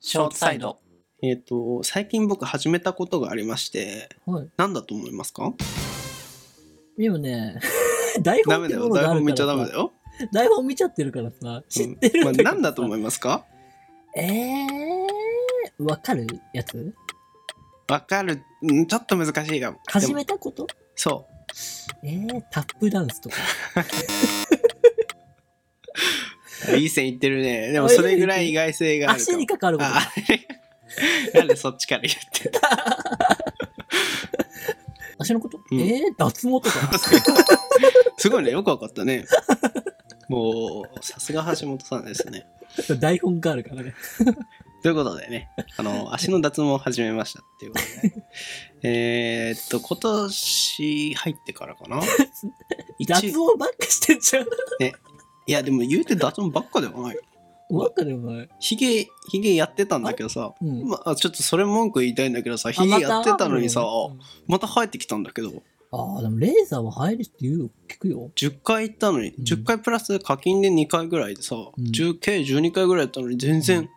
ショートサイド。えっ、と、最近僕始めたことがありまして、はい。何だと思いますか今ね、 台ダ本っメてだもよ。のがあ台本るか見らちゃダメさだよ。台本見ちゃってるからさ、知うんってるんまあだけどさ何だと思いますかえー、わかるやつわかる。うんちょっと難しいかも。始でもめたことそえー、タップダンスとか。う。いい線いってるね。でもそれぐらい意外性があるか足もに。かかること。あ、なんでそっちから言ってた。足のこと、うんえー、脱毛とか。 すごいね。よくわかったね。もう、さすが橋本さんですね。台本があるからね。ということでね、あ の、足の脱毛を始めましたっていうことで、ね。えーっと、今年入ってからか な 一脱毛ばっかしてんじゃん。いや、でも言うて脱毛ばっかではない。わかるお前。ヒゲ、ヒゲやってたんだけどさ、うん。まあ、ちょっとそれ文句言いたいんだけどさ、あヒゲやってたのにさ、うんまた生えてきたんだけど、ああ、でもレーザーは入るって言うよ。聞くよ。 10回行ったのに、うん10回プラス課金で2回ぐらいでさ、うん10計12回ぐらいやったのに全然、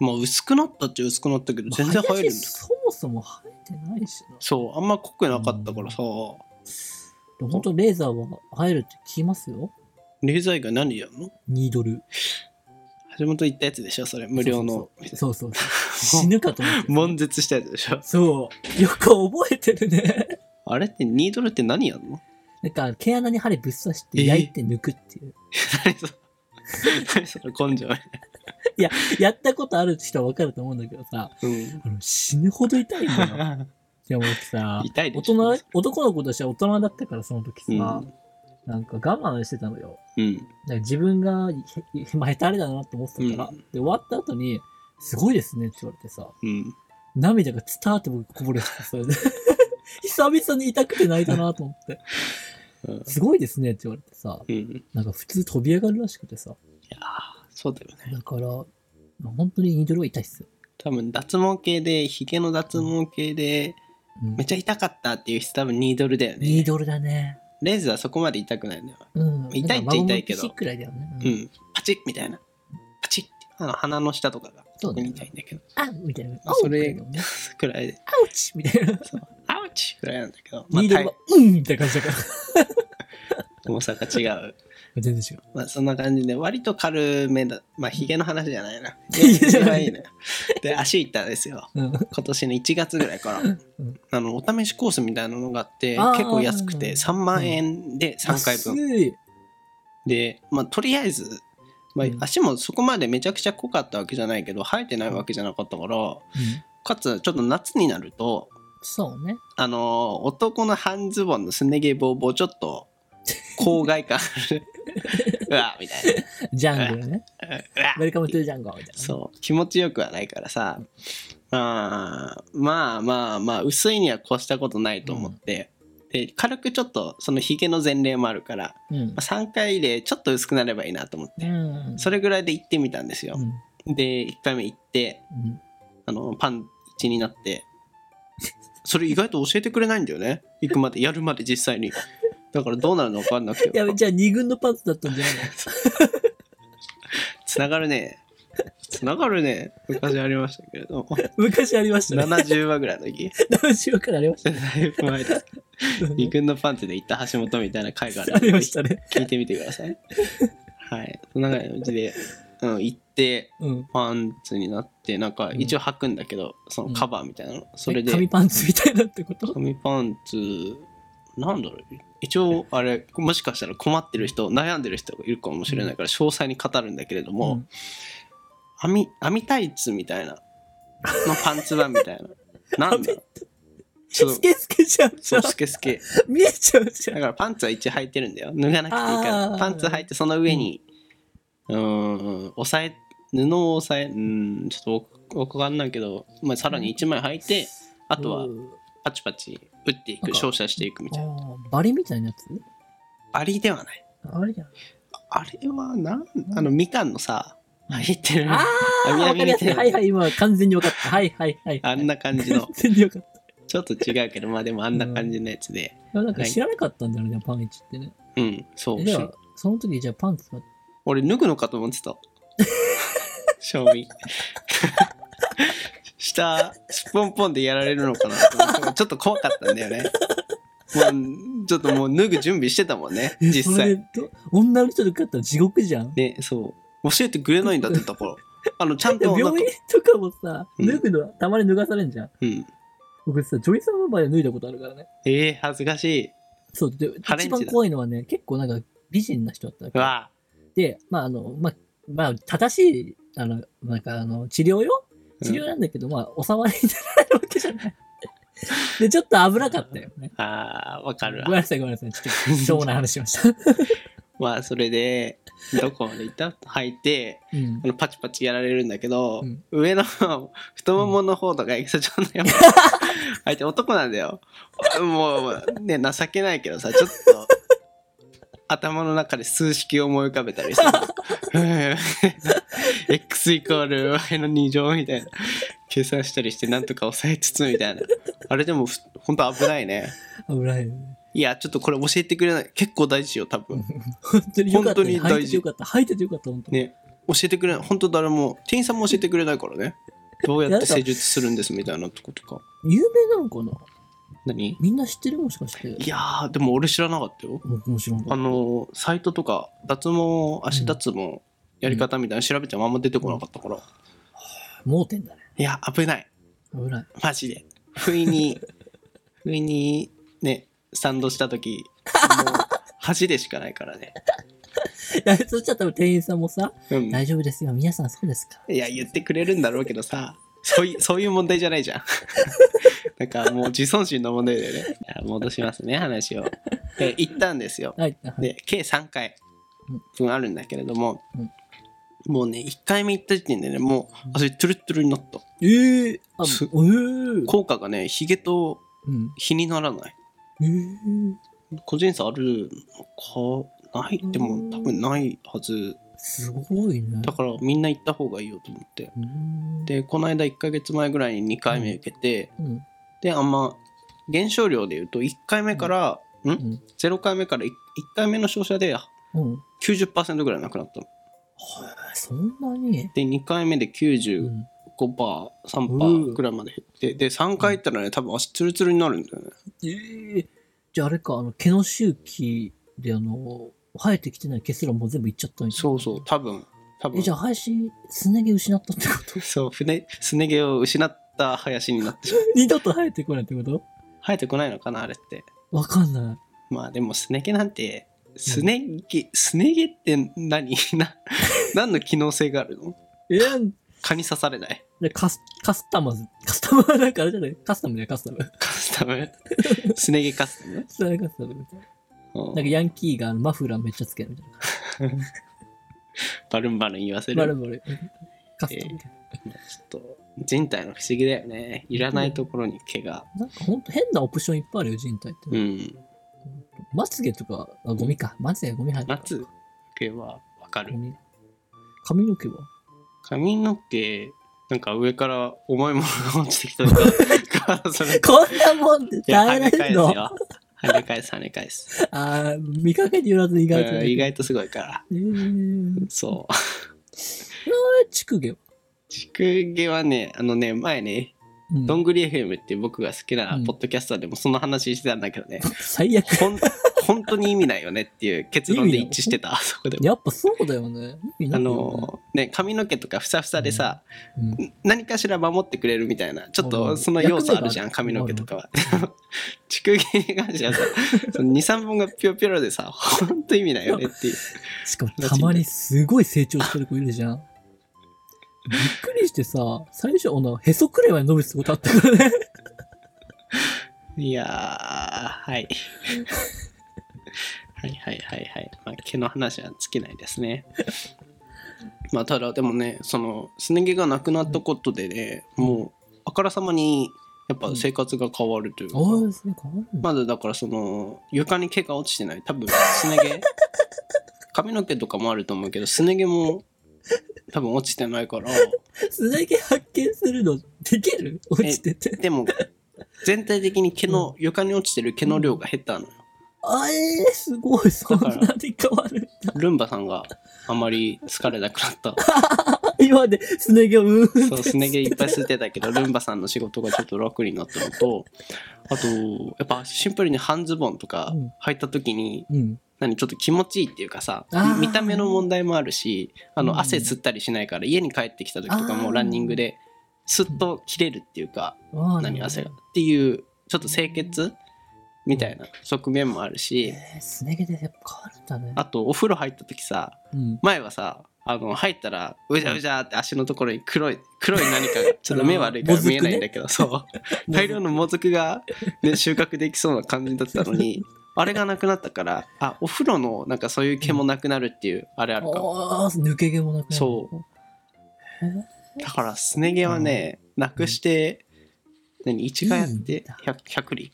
まあ薄くなったっちゃ薄くなったけど、全然生えるんだよ林そもそも生えてないしな。そう、あんま濃くなかったからさ、でも本当レーザーは入るって聞きますよ。レーザー以外何やるのニードル。橋本行ったやつでしょそれ無料のそうそうそう。そうそう死ぬかと思 って。悶絶したやつでしょそう。よく覚えてるね。 あれってニードルって何やんのなんか、毛穴に針ぶっ刺して焼いて抜くっていう。 何それ何それ根性やったことある人はわかると思うんだけどさ、うんあの死ぬほど痛いんだよ。 でも僕さ、痛い大でしょ人、男の子としては大人だったから、その時うんさ、なんか我慢してたのよ。うんだから自分がへ、へまあ、下手あれだなって思ってたから、うんで、終わった後に、すごいですねって言われてさ、うん涙がツターって僕こぼれてさ、それで 久々に痛くて泣いたなと思って、うんすごいですねって言われてさ、うんなんか普通飛び上がるらしくてさ、いやーそうだよねだから、本当にニードルは痛いっすよ。多分脱毛系でヒゲの脱毛系でうんめっちゃ痛かったっていう人多分ニードルだよニーねドルだね。レーザーそこまで痛くないんだようん。痛いっちゃ痛いけどなんか孫の口くらいだよね。う。んパチッみたいなパチッあの鼻の下とかがそうだね痛いんだけどあみたいな。あそれあおくらいだよねくらいであうちみたいな。アウチくらいなんだけど、まあ、ニードル体は、うんみたいな感じだから。重さが違う 全然違う。まあそんな感じで、割と軽めだ。まあ、ヒゲの話じゃ ないな。ヒゲじゃないいいね。で、足行ったんですよ。うん。今年の1月ぐらいから。んあの、お試しコースみたいなのがあって、あー結構安くて、3万円で3回分。安いで、まあ、とりあえず、まあう、ん足もそこまでめちゃくちゃ濃かったわけじゃないけど、生えてないわけじゃなかったから、かつ、ちょっと夏になると、そうね。あの、男の半ズボンのすね毛ボーボー、ちょっと、郊外感あ る。うわ、みたいな。ジャングルね。うわウェルカムトゥジャンゴみたいな。そう気持ちよくはないからさあーまあまあまあ薄いには越したことないと思って、で軽くちょっとそのヒゲの前例もあるから、う。うんまあ。3回でちょっと薄くなればいいなと思って、うん。それぐらいで行ってみたんですよう、ん。で1回目行ってうんあのパン1になってそれ意外と教えてくれないんだよね行くまでやるまで実際にだからどうなるのか分かんなくてやべ、じゃあ二軍のパンツだったんじ ゃないのつながるねつながるね昔ありましたけれども昔ありましたね。 70話ぐらいの 時何しようからありましだいぶ前です。た ね。 二軍のパンツで行った橋本みたいな回があるあのでりましたね。聞いてみてください。はい。そんな感じで、うん、行って、うん。パンツになって、なんかうん一応履くんだけど、そのカバーみたいなの。それで、紙パンツみたいなってこと紙パンツ、なんだろう。一応、あれ、もしかしたら困ってる人、悩んでる人がいるかもしれないから、詳細に語るんだけれども、うん網、網タイツみたいな、のパンツ版みたいな。 なんだろう。ちょっスケスケじゃん。じと、ゃあそう、スケスケ。見えちゃうじゃだん。からパンツは一応履いてるんだよ。脱がなくていいかあーら。パンツ履いて、その上に、うーん、押さえ、布を押さえ、うーん、ちょっとわわかんないけど、まあ、さらに1枚履いて、あとはうんパチパチ打っていなんく、か照射していくみたいな。あーバリみたいなやつありではない。あれじゃん。あれはなん、あの、みかんのさ、履いてる。ああ網わ網かりみやすたい。いなはいはい、今完全に分かった。はいはいはい。あんな感じの完、全に分かった。ちょっと違うけど、まあでもあんな感じのやつで。いやなんかはい知らなかったんだよね、パンイチってね。うん、そうえ。じゃあ、その時じゃあパンツは 俺、脱ぐのかと思ってた。賞味。 下、しっぽんぽんでやられるのかなと思ってちょっと怖かったんだよね。もうちょっともう脱ぐ準備してたもんね、え実それ際。ど女の人とかだったら地獄じゃん。ね、そう。教えてくれないんだってところ。あの、ちゃんでと、なん病か院とかもさ、うん脱ぐの、たまに脱がされんじゃん。うん。僕さ、女優さんの場で脱いだことあるからね。えー、恥ずかしい。そう、で、ハレンチ一だ番怖いのはね、結構なんか美人な人だったわうけわで、まああの、まあ、まあ、正しい、あの、なんかあの、治療よ治療なんだけど、まあ、お触りになられるわけじゃない。で、ちょっと危なかったよね。あー、わかるごめんわ。なさい、ごめんなさい。ちょっと、しょうもない話しました。まあ、それで、どこまで行った履いて、うんあ。のパチパチやられるんだけど、うん上の 太ももの方とかエクサちゃんのよ 相手男なんだよもうね情けないけどさちょっと 頭の中で数式を思い浮かべたりさ うん x イコール y の2乗みたいな計算したりしてなんとか抑えつつみたいなあれでもふほんと危ないね危ないよね。いやちょっとこれ教えてくれない結構大事よ多分本当によか本った、ね。当に履い大てて事よかった。履いててよかった、本当に。ね教えてくれない本当誰も店員さんも教えてくれないからねどうやって施術するんですみたいなとことか有名なのかな何みんな知ってるもしかして。いやーでも俺知らなかったよ僕も知らんかったあのーサイトとか脱毛足脱毛やり方みたいなの調べてもあんま出てこなかったから、盲点だね。いや危ない危ない。マジで不意 に不意にねスタンドした 時もう恥でしかないからね、いや そしたら多分店員さんもさ、うん、大丈夫ですよ。皆さんそうですか。いや、言ってくれるんだろうけどさ、そう いう、そういう問題じゃないじゃん。 なんかもう自尊心の問題だよね。いや戻しますね、話を。で、行ったんですよ。はい。あはいで、計3回分あるんだけれども、うんもうね、1回目行った時点でね、もう、あ、それトゥルットゥルになった。えー、あ、すえー。効果がね、ヒゲとうん。比にならない。えー。個人差あるのか、ない、でも多分ないはず。すごいね。だからみんな行った方がいいよと思って。うーん、で、この間1ヶ月前ぐらいに2回目受けて、うん。であんま減少量でいうと1回目から、んん ?0 回目から 1, 回目の照射でうん。は90%ぐらいなくなったのあ、そんなに。で2回目でう95%、ん。う3%んぐらいまで減ってで3回行ったらね多分足ツルツルになるんだよねええじゃああれか、あの、毛の周期で、あの、生えてきてない毛すらもう全部いっちゃったんやそうそう。多分多え、分じゃあ林、すね毛失ったってこ とそうふねすね毛を失った林になってしまう 二度と生えてこないってこと生えてこないのかなあれってわかんない。まあでもすね毛なんてすね毛すね毛って何 な何の機能性があるのえー、蚊に刺されないでカス、カスタマーズ、カスタマーなんかあれじゃないカスタムだよ、カスタム。カスタム すね毛カスタムそれカスタムみたいな。うんなんかヤンキーがあのマフラーめっちゃつけるみたいな。バルンバルン言わせる。バレバレ。カスタムみたちいょっと人体の不思議だよね。いらないところに毛が。な。なんかほんと変なオプションいっぱいあるよ、人体っうて。ん。まつげとか、あ、ゴミか。まつげゴミ入ってる。夏毛はわかゴる。ミ髪の毛は髪の毛、なんか上から重いものが落ちてきたとか。それいこんなもんってや、 耐跳えねられ返るすのよ。跳ね返す、跳ね返す。あー見かけによらず意外とうね。ん意外とすごいから。えー、そう。畜毛。ちく毛はね、あのね、前ね、うんどんぐり FM っていう僕が好きなうんポッドキャスターでもその話してたんだけどね、最悪。ほん本当に意味ないよねっていう結論で一致してた、そこで。やっぱそうだよね。意味なあいよねのね、髪の毛とかふさふさでさ、うん何かしら守ってくれるみたいなちょっうとんその要素あるじゃん役髪目がのあ毛るとかは。 竹毛に関してはさ23本がピョロピョロでさほんと意味ないよねっていうしかもたまにすごい成長してる子いるじゃん。びっくりしてさ、最初、おなへそくらいまで伸びてたことあったからね。いやーはい はいはいはいはい、まあ、毛の話は尽きないですねまあただでもねそのすね毛がなくなったことでねもうあからさまにやっぱ生活が変わるというか、ああ、そうか、あるんだ。まずだからその床に毛が落ちてない多分すね毛髪の毛とかもあると思うけどすね毛も多分落ちてないからすね毛発見するのできる落ちてて。でも全体的に毛の床に落ちてる毛の量が減ったのよあえー、すごい、そんなに変わるんだ。ルンバさんがあまり疲れなくなった今まで、すね毛をうーんそう、すね毛いっぱい吸ってたけど、ルンバさんの仕事がちょっと楽になったのと、あと、やっぱシンプルに半ズボンとかうん履いた時に、うん。何、ちょっと気持ちいいっていうかさあー、見た目の問題もあるし、あうんの、汗吸ったりしないから、家に帰ってきた時とかあもーランニングで、すっと切れるっていうか、あー何、汗が。っていう、ちょっと清潔みたいな側面もあるし、えーすね毛でやっぱ変わるんだね。あと、お風呂入った時さ、うん。前はさあの入ったらうじゃうじゃって足のところに黒い黒い何 かがちょっと目悪いから見えないんだけど、 そう大量のもずくが、ね、収穫できそうな感じだったの にあれがなくなったからあお風呂のなんかそういう毛もなくなるっていうあれあるかもああ、抜け毛もなくなる。そうへー。だからすね毛はねなくして何一回やっいいんてだ 100, 100里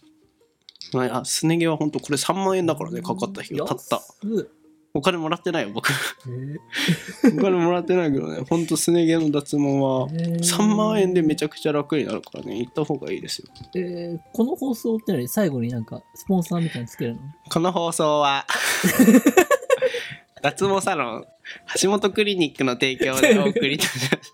まああすね毛は本当これ3万円だからねかかった日がたった安っお金もらってないよ僕 へーお金もらってないけどね本当すね毛の脱毛はへー3万円でめちゃくちゃ楽になるからね行った方がいいですよえーこの放送ってのに最後になんかスポンサーみたいにつけるのこの放送 は脱毛サロン橋本クリニックの提供でお送りいたしまし